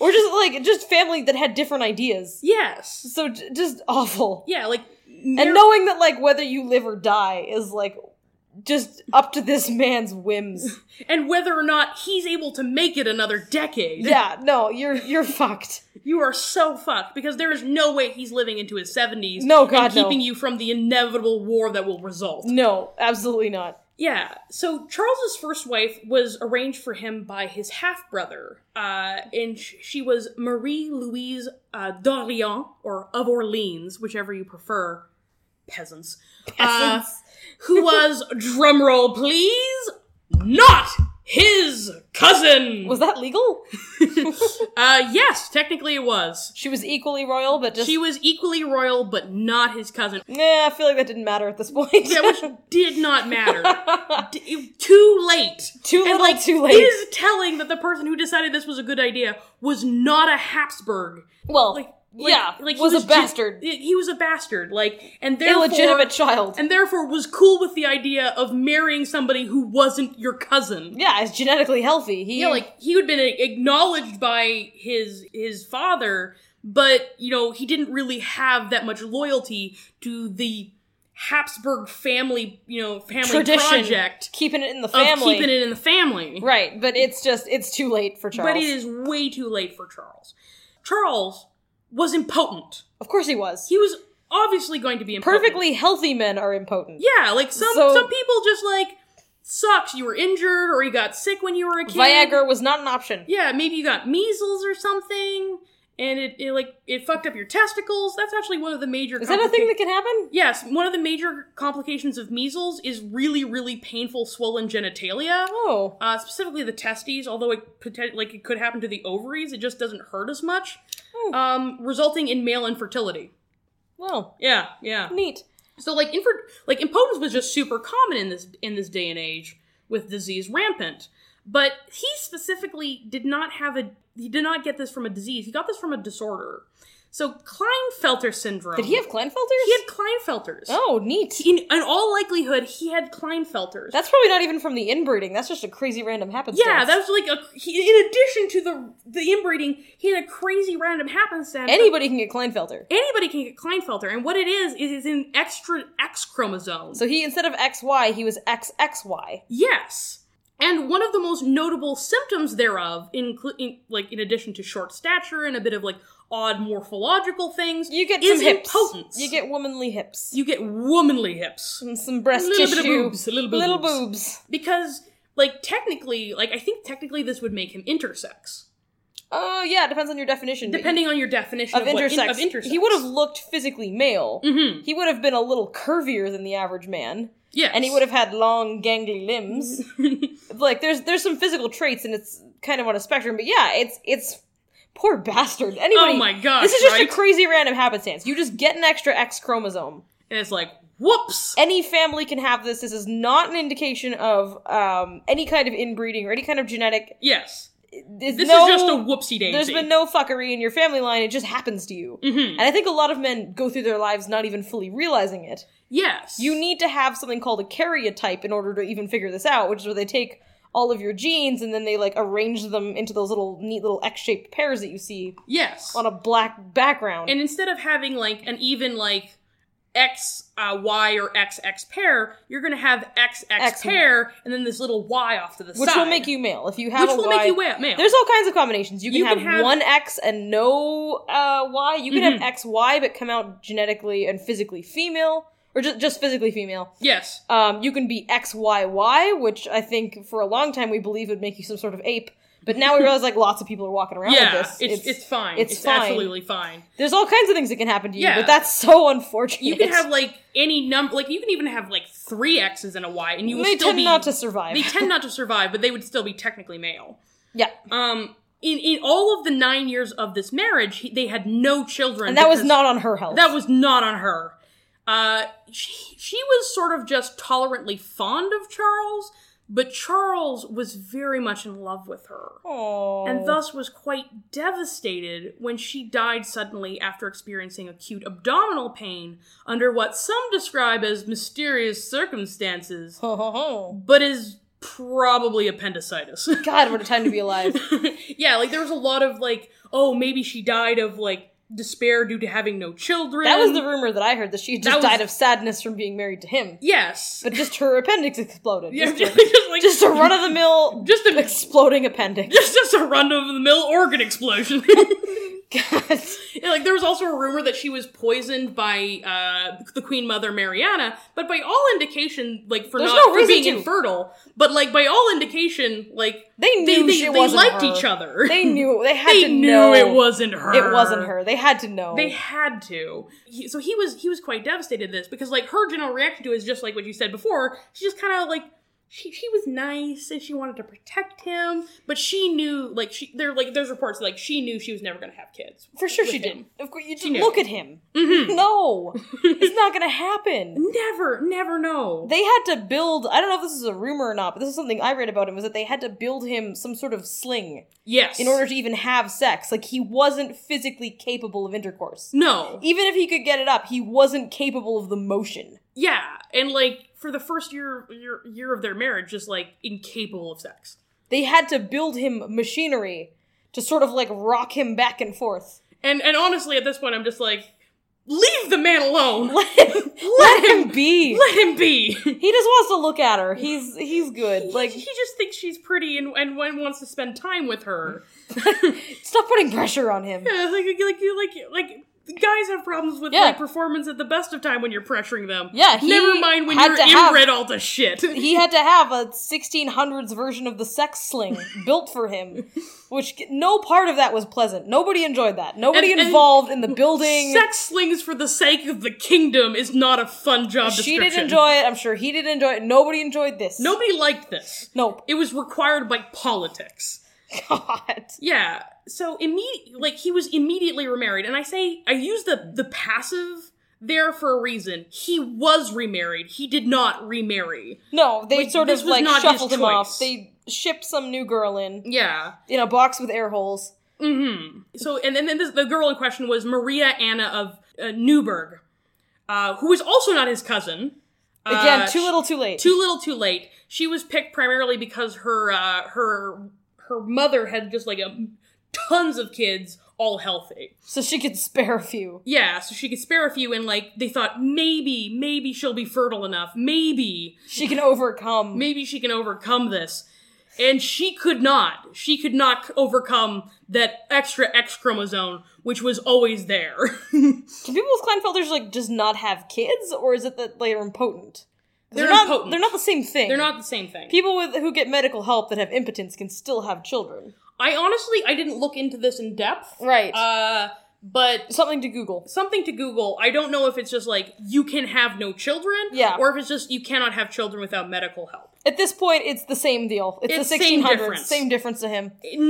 or just like just family that had different ideas
yes.
so j- just awful
Yeah, like
and knowing that like whether you live or die is like just up to this man's whims
and whether or not he's able to make it another decade.
yeah no you're you're fucked
You are so fucked because there is no way he's living into his 70s.
No, God,
and keeping
no.
you from the inevitable war that will result.
no absolutely not
Yeah. So Charles's first wife was arranged for him by his half brother, uh, and sh- she was Marie Louise uh, d'Orléans or of Orleans, whichever you prefer. Peasants. Uh, who was drumroll, please? Not his cousin.
was that legal
uh, yes, technically it was.
she was equally royal but just
She was equally royal, but not his cousin.
nah i feel like that didn't matter at this point
Yeah, which did not matter. D- it- too late.
Too
and,
little,
like,
too late.
It is telling that the person who decided this was a good idea was not a Habsburg.
well
Like, like-
yeah
like he
was, a
ju-
bastard
he- he was a bastard. Like, and therefore,
illegitimate child
and therefore was cool with the idea of marrying somebody who wasn't your cousin.
yeah is genetically healthy he
Yeah, like he had been acknowledged by his his father, but you know he didn't really have that much loyalty to the Habsburg family, you know, family
tradition
project
keeping it in the
of
family
keeping it in the family.
right but it's just it's too late for charles
But it is way too late for Charles. Charles was impotent.
of course he was
He was obviously going to be impotent.
perfectly healthy men are impotent
Yeah, like some
So-
some people just like sucks. You were injured or you got sick when you were a kid.
viagra was not an option
yeah, maybe you got measles or something, and it, it like it fucked up your testicles. That's actually one of the major.
is that a thing
complica-
that can happen
Yes, one of the major complications of measles is really, really painful swollen genitalia.
oh
Uh, specifically the testes, although it poten- like it could happen to the ovaries, it just doesn't hurt as much,
Oh.
um, resulting in male infertility.
well
Yeah, yeah.
neat
So like infer- like impotence was just super common in this in this day and age with disease rampant. But he specifically did not have a he did not get this from a disease. He got this from a disorder. So Klinefelter syndrome.
did he have kleinfelters
He had Klinefelters.
oh neat
In, in all likelihood, he had Klinefelters.
that's probably not even from the inbreeding that's just a crazy random happenstance
yeah, that was like a. He, in addition to the the inbreeding, he had a crazy random happenstance.
anybody can get kleinfelter
anybody can get Klinefelter, and what it is is it's an extra X chromosome.
so he instead of xy he was xxy
Yes. And one of the most notable symptoms thereof, including like in addition to short stature and a bit of like odd morphological things,
You get
is
some hips.
impotence.
You get womanly hips.
you get womanly hips,
and some breast
Little bit
tissue.
of boobs, a little bit of boobs. because like technically, like I think technically this would make him intersex,
Oh yeah, it depends on your definition. but
depending on your definition
of
of, what, in-
intersex.
of intersex.
He would have looked physically male.
Mhm.
He would have been a little curvier than the average man,
yes,
and he would have had long, gangly limbs. like there's there's some physical traits, and it's kind of on a spectrum. But yeah, it's it's poor bastard. Anybody,
Oh my gosh,
this is just
right?
a crazy random happenstance. You just get an extra X chromosome.
and it's like whoops.
Any family can have this. This is not an indication of um, any kind of inbreeding or any kind of genetic.
Yes,
This
this is just a whoopsie daisy.
There's been no fuckery in your family line. It just happens to you.
Mm-hmm.
And I think a lot of men go through their lives not even fully realizing it.
yes.
You need to have something called a karyotype in order to even figure this out, which is where they take all of your genes and then they like arrange them into those little neat little X-shaped pairs that you see
yes
on a black background.
And instead of having like an even like X uh, Y or XX pair, you're gonna have XX
X-
pair and then this little Y off to the
which
side,
will make you male if you have
which
a
will make
Y-
you wa- male.
There's all kinds of combinations. You can,
You
have,
can have- Mm-hmm.
one X and no uh, Y. You can have X Y but come out genetically and physically female, or just just physically female.
yes,
Um, you can be XYY, which I think for a long time we believed would make you some sort of ape. But now we realize like lots of people are walking around
yeah,
with this.
It's, it's fine.
it's
It's,
fine.
absolutely fine.
There's all kinds of things that can happen to you,
Yeah.
but that's so unfortunate.
You can have like any number, like you can even have like three X's and a Y, and you will
they
still
tend
be
not to survive.
they tend not to survive, but they would still be technically male.
yeah,
Um, in in all of the nine years of this marriage, he, they had no children,
and that was
because-
not on her health.
That was not on her. Uh, she, she was sort of just tolerantly fond of Charles, but Charles was very much in love with her.
Aww.
And thus was quite devastated when she died suddenly after experiencing acute abdominal pain under what some describe as mysterious circumstances,
God,
but is probably appendicitis.
what a time to be alive.
yeah, like there was a lot of like, oh, maybe she died of like despair due to having no children.
That was the rumor that I heard that she had just
That was-
died of sadness from being married to him,
Yes.
but just her appendix exploded.
Yeah,
Just,
just, just like
just a run of the mill,
Just a-
exploding appendix.
just, just a run of the mill organ explosion.
God.
Yeah, like there was also a rumor that she was poisoned by uh, the Queen Mother Mariana, but by all indication, like for
There's
not
no
for
reason
being
to.
infertile, but like by all indication, like
They
they
knew
they,
she
they
wasn't
liked
her.
each other.
They knew. They had
They
to
knew
know
it wasn't her.
It wasn't her. They had to know.
They had to. He, so he was he was quite devastated at this because like her general reaction to it is just like what you said before. She just kind of like she she was nice and she wanted to protect him, but she knew like she there like there's reports like she knew she was never going to have kids.
for sure she
with
did.
him.
Of course, you
She
did
knew.
look at him.
Mhm.
No, it's not going to happen.
Never, never know.
They had to build. I don't know if this is a rumor or not, but this is something I read about him. Was that they had to build him some sort of sling
yes.
in order to even have sex? Like he wasn't physically capable of intercourse.
No.
Even if he could get it up, he wasn't capable of the motion.
Yeah, and like for the first year year year of their marriage, just like incapable of sex.
They had to build him machinery to sort of like rock him back and forth.
And and honestly, at this point, I'm just like, leave the man alone.
Let him, let him be.
Let him be.
He just wants to look at her. He's he's good. Like
he just thinks she's pretty and and when wants to spend time with her.
stop putting pressure on him.
Yeah, like like like like guys have problems with
Yeah.
like performance at the best of time when you're pressuring them.
Yeah, he
never mind when
had
you're
to have-
inbred all the shit.
He had to have a 1600s version of the sex sling built for him, which no part of that was pleasant. Nobody enjoyed that. Nobody
And- and-
involved in the building.
Sex slings for the sake of the kingdom is not a fun job
she
description.
didn't enjoy it. I'm sure he didn't enjoy it. Nobody enjoyed this.
Nobody liked this.
Nope.
It was required by politics.
God.
Yeah. So immediately, like he was immediately remarried, and I say I use the the passive there for a reason. He was remarried. He did not remarry.
No, they
Like,
sort
this
of
was
like
not his
shuffled him off.
choice.
They shipped some new girl in
Yeah.
in a box with air holes.
Hmm. So and, and then this, the girl in question was Maria Anna of uh, Newburgh, uh, who is also not his cousin. Uh,
Again, too little, too late.
too little too late she was picked primarily because her uh, her her mother had just like a, tons of kids all healthy
so she could spare a few.
yeah so she could spare a few and like they thought maybe maybe she'll be fertile enough maybe
She can overcome.
maybe she can overcome this And she could not. She could not c- overcome that extra X chromosome, which was always there.
Do people with Kleinfelders like just not have kids, or is it that they are impotent? 'Cause
They're
not.
impotent.
They're not the same thing.
They're not the same thing.
People with who get medical help that have impotence can still have children.
I honestly, I didn't look into this in depth.
Right.
Uh, but
Something to Google.
something to Google. I don't know if it's just like you can have no children,
Yeah.
or if it's just you cannot have children without medical help.
At this point, it's the same deal. It's,
It's
the
same
1600s. Same difference.
difference.
to him.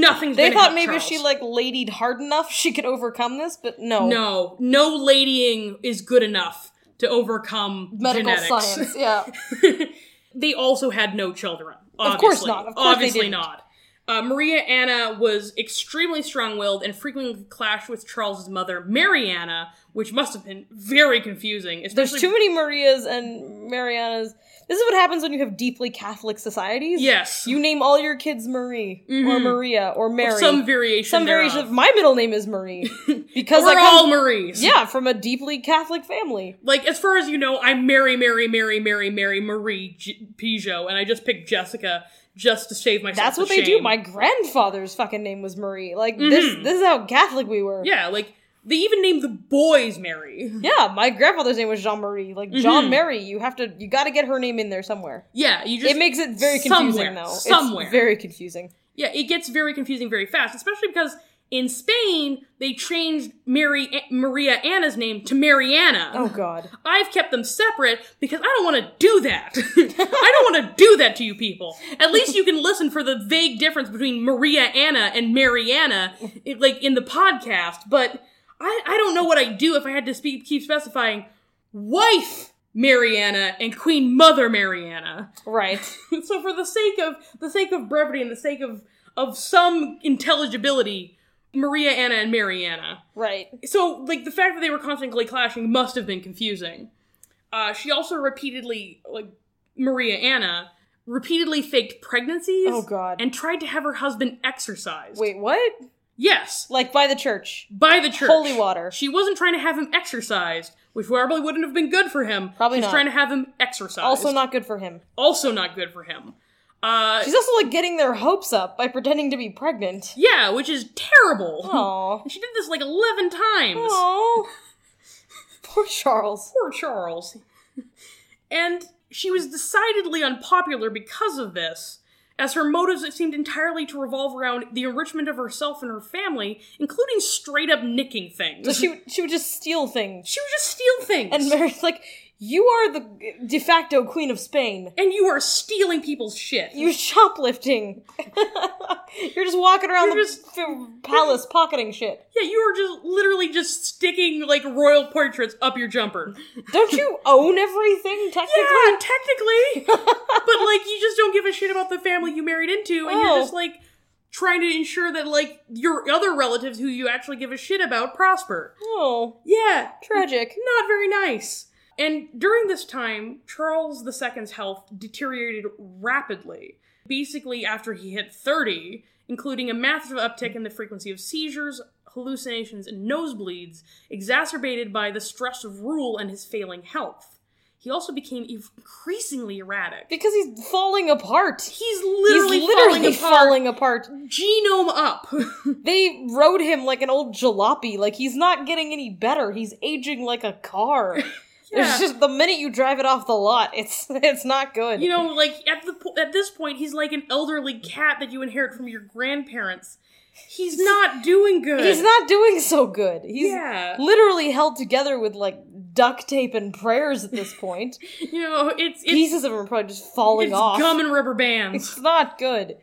Nothing's.
They
gonna
thought
help
maybe if
Charles.
she like ladied hard enough, she could overcome this, but no.
No, no ladying is good enough to overcome
Medical
genetics.
science. Yeah.
they also had no children. Obviously.
Of course not. Of course they
obviously
didn't.
not. Uh, Maria Anna was extremely strong-willed and frequently clashed with Charles's mother, Mary Anna, which must have been very confusing.
There's
Especially
too many Marias and Marianas. This is what happens when you have deeply Catholic societies.
Yes, Mm-hmm.
You name all your kids Marie or Maria or Mary.
some variation.
Some variation
thereof. "Oh,
of my middle name is Marie because
We're
I come,
all Maries.
yeah from a deeply Catholic family.
Like as far as you know, I'm Mary, Mary, Mary, Mary, Mary, Marie G- Peugeot, and I just picked Jessica just to save myself.
That's
the
what they do.
shame. Mm-hmm.
My grandfather's fucking name was Marie. Like this, this is how Catholic we were.
yeah, like they even named the boys Mary.
Yeah, my grandfather's name was Jean Marie. Like
Mm-hmm.
Jean Mary, you have to, you got to get her name in there somewhere.
Yeah, you just
It makes it very confusing
somewhere,
though. It's
Somewhere,
very confusing.
yeah, it gets very confusing very fast, especially because in Spain they changed Mary eh, Maria Anna's name to Mariana.
Oh God,
I've kept them separate because I don't want to do that. I don't want to do that to you people. At least you can listen for the vague difference between Maria Anna and Mariana, it, like in the podcast. But I, I don't know what I'd do if I had to speak, keep specifying wife Mariana and Queen Mother Mariana.
right?
so for the sake of the sake of brevity and the sake of of some intelligibility, Maria Anna and Mariana.
Right.
So, like, the fact that they were constantly clashing must have been confusing. Uh, she also repeatedly, like, Maria Anna repeatedly faked pregnancies.
Oh, God.
And tried to have her husband exercised.
Wait, what?
Yes,
Like by the church?
by the church.
Holy water.
She wasn't trying to have him exercised, which probably wouldn't have been good for him.
Probably
She's
not.
trying to have him exercised.
Also not good for him.
Also not good for him. Uh,
She's also like getting their hopes up by pretending to be pregnant.
yeah, which is terrible.
Aww.
She did this like eleven times.
Aww. Poor Charles.
poor Charles. And she was decidedly unpopular because of this, as her motives seemed entirely to revolve around the enrichment of herself and her family, including straight up nicking things.
So she would- she would just steal things.
she would just steal things.
And Mary's like, "You are the de facto queen of Spain.
And you are stealing people's shit.
You shoplifting. You're just walking around
You're
the
just-
f- palace pocketing shit.
yeah, you are just literally just sticking like royal portraits up your jumper.
Don't you own everything technically?
Yeah, technically. but like you just don't give a shit about the family you married into and
Oh.
you're just like trying to ensure that like your other relatives who you actually give a shit about prosper.
Oh,
Yeah,
tragic.
not very nice. And during this time, Charles II's health deteriorated rapidly, basically after he hit 30, including a massive uptick in the frequency of seizures, hallucinations, and nosebleeds, exacerbated by the stress of rule and his failing health. He also became increasingly erratic.
Because he's falling apart.
He's literally,
he's literally
falling apart,
falling apart.
genome up.
They rode him like an old jalopy. Like he's not getting any better. He's aging like a car.
Yeah.
It's just the minute you drive it off the lot, it's it's not good.
You know, like at the po- at this point, he's like an elderly cat that you inherit from your grandparents. He's not doing good.
he's not doing so good. He's
Yeah.
literally held together with like duct tape and prayers at this point.
You know, it's it's,
Pieces of him are probably just falling
it's
off.
gum and rubber
It's
bands.
not good.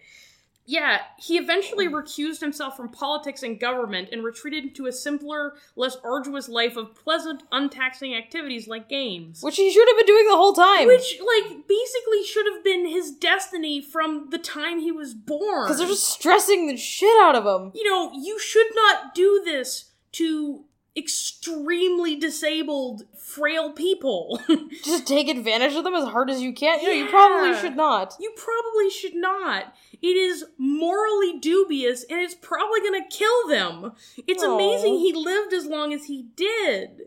yeah, he eventually recused himself from politics and government and retreated to a simpler, less arduous life of pleasant, untaxing activities like games.
Which he should have been doing the whole time.
Which, like, basically should have been his destiny from the time he was born.
because they're just stressing the shit out of him.
you know, you should not do this to extremely disabled, frail people.
Just take advantage of them as hard as you can. You know, you
Yeah.
probably should not.
you probably should not. It is morally dubious and it's probably gonna kill them. It's
Aw.
amazing he lived as long as he did.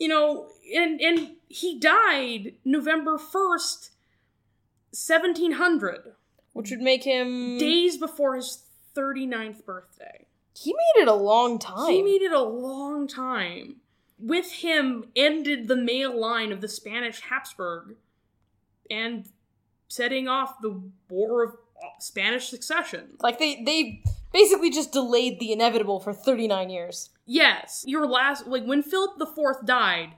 You know, and and he died November 1st, 1700.
which would make him.
days before his 39th birthday.
he made it a long time.
He made it a long time. With him ended the male line of the Spanish Habsburg and setting off the War of uh, Spanish Succession.
like they they basically just delayed the inevitable for 39 years.
Yes, your last like when Philip IV died,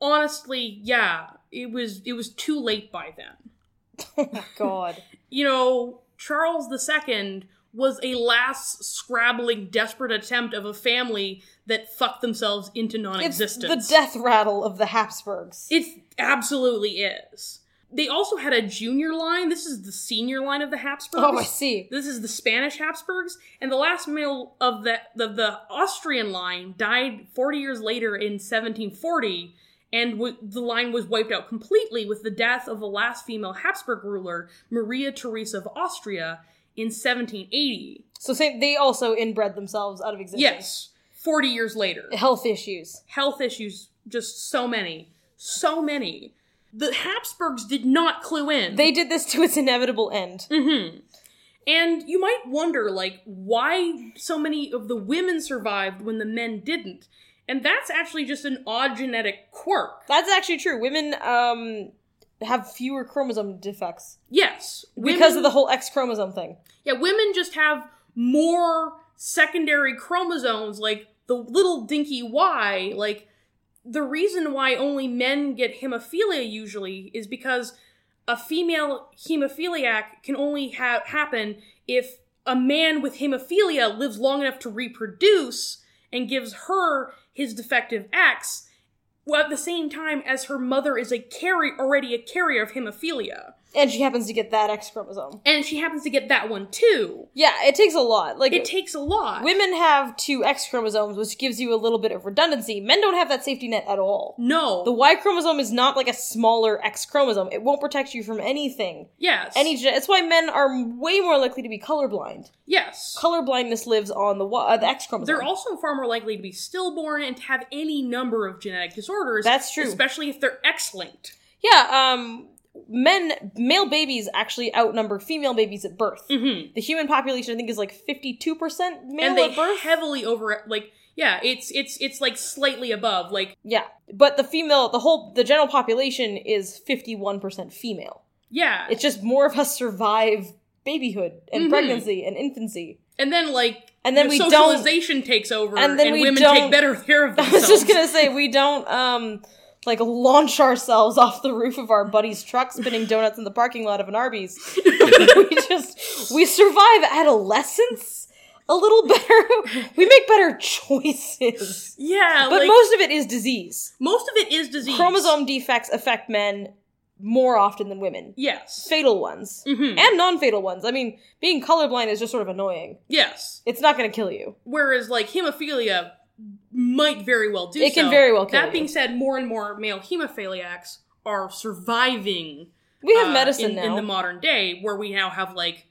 honestly, yeah, it was it was too late by then.
God.
You know, Charles II was a last scrabbling desperate attempt of a family that fucked themselves into
it's
non-existence.
the death rattle of the Habsburgs.
It absolutely is. They also had a junior line. This is the senior line of the Habsburgs.
oh, I see.
This is the Spanish Habsburgs, and the last male of the of the Austrian line died 40 years later in 1740, and w- the line was wiped out completely with the death of the last female Habsburg ruler, Maria Theresa of Austria, in 1780.
So say they also inbred themselves out of existence.
Yes, 40 years later.
Health issues.
health issues, just so many, so many. The Habsburgs did not clue in.
They did this to its inevitable end.
Mm. and you might wonder, like, why so many of the women survived when the men didn't. And that's actually just an odd genetic quirk.
That's actually true. Women um have fewer chromosome defects
Yes, women,
because of the whole X chromosome thing.
yeah, women just have more secondary chromosomes, like the little dinky Y, like the reason why only men get hemophilia usually is because a female hemophiliac can only ha- happen if a man with hemophilia lives long enough to reproduce and gives her his defective X, while at the same time as her mother is a carry already a carrier of hemophilia,
And she happens to get that X chromosome.
and she happens to get that one too.
Yeah, it takes a lot. Like
It takes a lot.
women have two X chromosomes, which gives you a little bit of redundancy. Men don't have that safety net at all.
no,
The Y chromosome is not like a smaller X chromosome. It won't protect you from anything.
yes,
Any gen- it's why men are way more likely to be colorblind.
yes.
Colorblindness lives on the y- uh, the X chromosome.
They're also far more likely to be stillborn and to have any number of genetic disorders.
That's true.
especially if they're X-linked.
Yeah, um men male babies actually outnumber female babies at birth.
Mhm.
The human population I think is like 52% male
and they
at birth.
heavily over like yeah it's it's it's like slightly above like
yeah. But the female the whole the general population is 51% female.
yeah
It's just more of us survive babyhood and
Mm-hmm.
pregnancy and infancy.
and then like
And then
the
we don't-
socialization takes over
and then we
women
don't-
take better care of
I
themselves
was just going to say we don't um like launch ourselves off the roof of our buddy's truck spinning donuts in the parking lot of an Arby's. we just we survive adolescence a little better. We make better choices.
yeah
But
like,
most of it is disease.
most of it is disease
Chromosome defects affect men more often than women.
yes Mm-hmm.
Fatal ones and non-fatal ones. I mean, being colorblind is just sort of annoying.
yes
It's not going to kill you.
whereas like hemophilia might very well do
It can
so.
very well kill
that
you.
being said more and more male hemophiliacs are surviving
We have
uh,
medicine
in,
now.
in the modern day where we now have like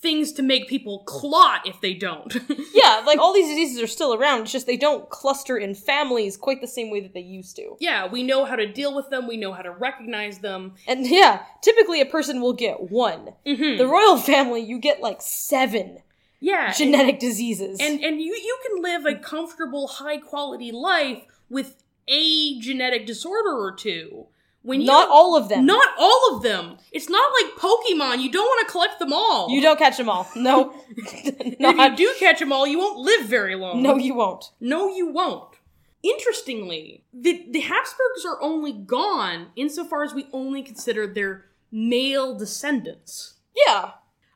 things to make people clot if they don't
Yeah, like all these diseases are still around. It's just they don't cluster in families quite the same way that they used to.
yeah, we know how to deal with them. We know how to recognize them.
And yeah, typically a person will get one.
Mm-hmm.
The royal family, you get like seven
Yeah,
genetic diseases.
Uh, and and you you can live a comfortable, high quality life with a genetic disorder or two. When you
not all of them.
not all of them. It's not like Pokemon. You don't want to collect them all.
you don't catch them all. No,
And
not
if you do catch them all, you won't live very long.
no, you won't.
No, you won't. Interestingly, the, the Habsburgs are only gone insofar as we only consider their male descendants.
Yeah,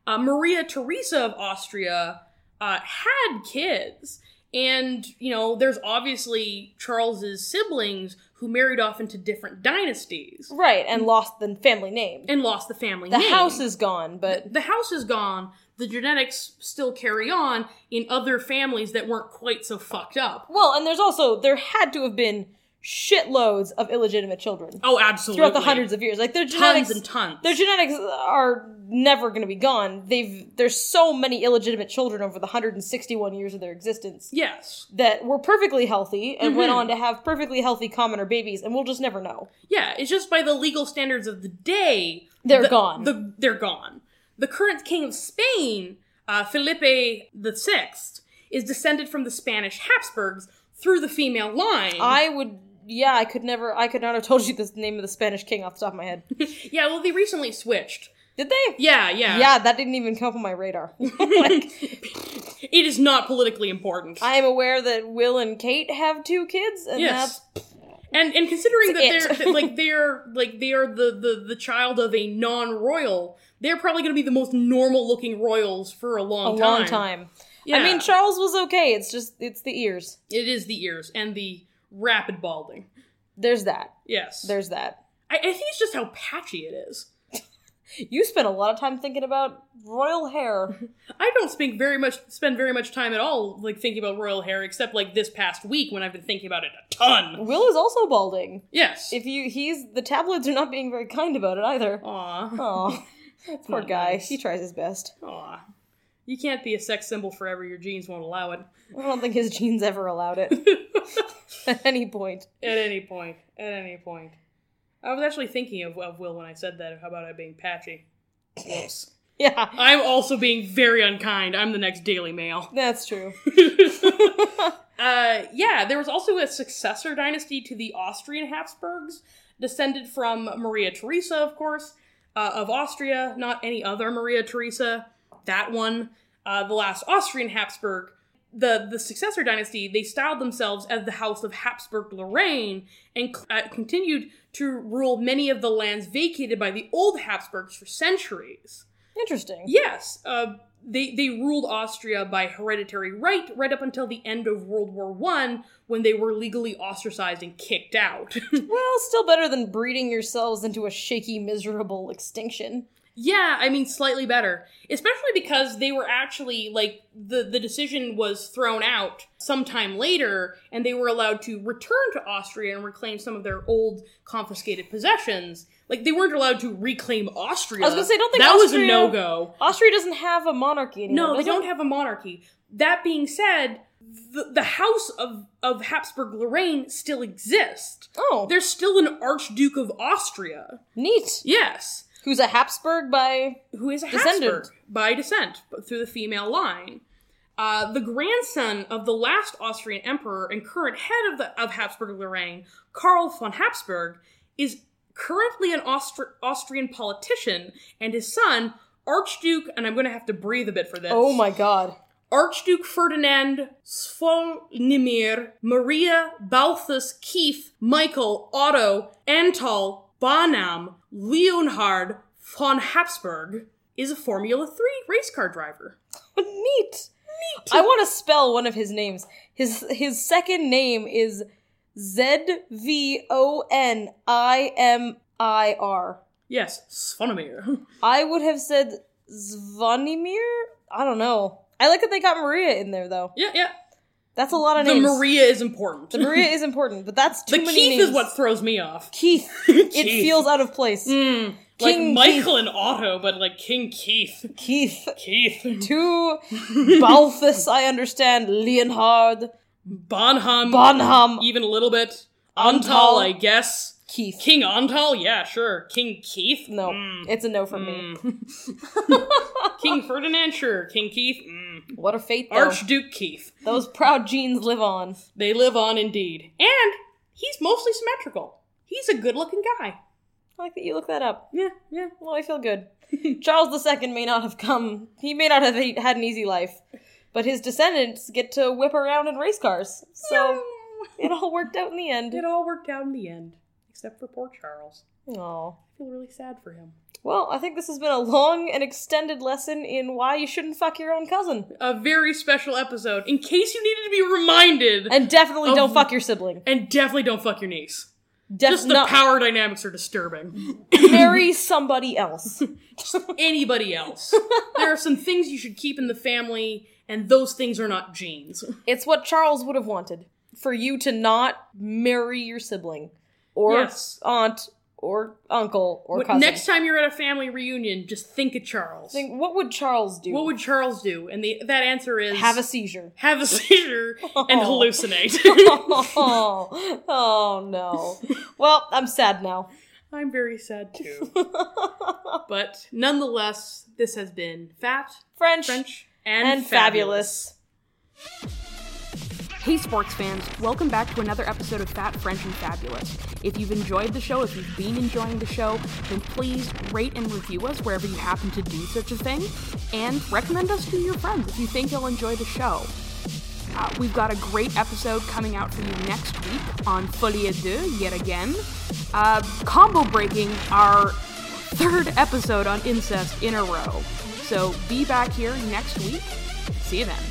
uh, Maria Theresa of Austria uh, had kids. And, you know, there's obviously Charles's siblings who married off into different dynasties
right. And lost the family name.
Mm. and lost the family
the
name.
house is gone, but
the house is gone. The genetics still carry on in other families that weren't quite so fucked up.
well, and there's also there had to have been shitloads of illegitimate children
Oh, absolutely.
throughout the hundreds of years. Like their genetics
tons and tons.
their genetics are never going to be gone. They've there's so many illegitimate children over the 161 years of their existence
yes.
that were perfectly healthy and
Mm-hmm.
went on to have perfectly healthy commoner babies, and we'll just never know.
Yeah, it's just by the legal standards of the day,
They're
the-
gone.
The, they're gone. The current king of Spain, uh, Felipe VI, is descended from the Spanish Habsburgs through the female line.
I would. Yeah, I could never. I could not have told you the name of the Spanish king off the top of my head.
yeah, well, they recently switched.
Did they?
Yeah, yeah.
Yeah, that didn't even come up on my radar.
It is not politically important.
I am aware that Will and Kate have two kids, and
yes. And and considering that
It's
they're
it.
that, like they're like they are the, the the child of a non-royal, they're probably going to be the most normal-looking royals for a long
that's a
time.
long time.
Yeah.
I mean, Charles was okay. It's just it's the ears.
it is the ears and the rapid balding.
There's that.
Yes.
There's that.
I, I think it's just how patchy it is.
You spent a lot of time thinking about royal hair.
I don't spend very much spend very much time at all like thinking about royal hair, except like this past week when I've been thinking about it a ton.
Will is also balding.
Yes.
If you he's the tabloids are not being very kind about it either.
Aw.
Oh, poor
not
guy.
nice.
He tries his best.
Aw. You can't be a sex symbol forever. Your genes won't allow it.
I don't think his genes ever allowed it at any point.
At any point. At any point. I was actually thinking of, of Will when I said that. How about I being patchy? Yes.
Yeah,
I'm also being very unkind. I'm the next Daily Mail.
that's true.
Uh, yeah, there was also a successor dynasty to the Austrian Habsburgs, descended from Maria Theresa, of course, uh, of Austria, not any other Maria Theresa, that one, uh, the last Austrian Habsburg. The, the successor dynasty, they styled themselves as the House of Habsburg Lorraine and uh, continued to rule many of the lands vacated by the old Habsburgs for centuries.
Interesting.
Yes, uh, they they ruled Austria by hereditary right right up until the end of World War One, when they were legally ostracized and kicked out.
Well, still better than breeding yourselves into a shaky, miserable extinction.
yeah, I mean slightly better, especially because they were actually like the the decision was thrown out sometime later, and they were allowed to return to Austria and reclaim some of their old confiscated possessions. Like they weren't allowed to reclaim Austria.
I was gonna say, I don't think
that was a
Austria-
no go.
Austria doesn't have a monarchy anymore.
No, they
does
don't
it?
have a monarchy. That being said, the, the House of, of Habsburg Lorraine still exists.
Oh,
There's still an Archduke of Austria.
neat.
Yes.
Who's a Habsburg by?
Who is a
Descendant.
Habsburg by descent, but through the female line. Uh, the grandson of the last Austrian emperor and current head of, the, of Habsburg Lorraine, Karl von Habsburg, is currently an Austri- Austrian politician, and his son, Archduke, and I'm going to have to breathe a bit for this.
Oh my God.
Archduke Ferdinand Svolnimir, Maria Balthus Keith, Michael Otto Antal Bonham Leonhard von Habsburg is a Formula 3 race car driver.
Neat. Neat. I want to spell one of his names. His his second name is Z V O N I M I R.
Yes, Svolnimir.
I would have said Zvonimir. I don't know. I like that they got Maria in there though.
Yeah, yeah.
That's a lot of
The
names.
Maria is important.
The
The,
Maria is important, but that's too many
Keith
names.
is what throws me off.
Keith. It
Keith. Hmm.
feels out of place.
Like
King
Michael and Otto, but like King Keith.
Keith.
Keith.
To Balthus, I understand. Leonhard.
Bonham.
Bonham.
Even a little bit.
Antal.
Antal, I guess.
Keith.
King Antal? Yeah, sure. King Keith?
No,
Mm.
it's a no from me.
King Ferdinand? Sure. King Keith? Mm.
What a fate, though.
Archduke Keith.
Those proud genes live on.
They live on indeed. And he's mostly symmetrical. He's a good looking guy.
I like that you look that up.
Yeah, yeah.
Well, I feel good. Charles II may not have come. He may not have e- had an easy life, but his descendants get to whip around in race cars. So it all worked out in the
It
end.
all worked out in the end, except for poor Charles.
Aw.
I feel really sad for him.
Well, I think this has been a long and extended lesson in why you shouldn't fuck your own cousin.
A very special episode, in case you needed to be reminded. And,
And definitely don't
Oh.
fuck your sibling.
definitely don't fuck your niece.
Def-
Just the
not-
power dynamics are disturbing.
marry somebody else.
Anybody else. there are some things you should keep in the family, and those things are not genes.
It's what Charles would have wanted for you to not marry your sibling or
Yes.
aunt or uncle or
But
cousin.
Next time you're at a family reunion, just think of Charles.
Think, what would Charles do?
what would Charles do? And the, that answer is
have a seizure?
have a seizure and hallucinate.
oh, oh no. Well, I'm sad now.
I'm very sad too. but nonetheless, this has been Fat,
French,
French,
and,
and,
fabulous.
Hey, sports fans, welcome back to another episode of Fat French and Fabulous. If you've enjoyed the show, if you've been enjoying the show, then please rate and review us wherever you happen to do such a thing, and recommend us to your friends if you think you'll enjoy the show. Uh, we've got a great episode coming out for you next week on Folie 2, yet again. Uh, combo breaking our third episode on incest in a row. So be back here next week. See you then.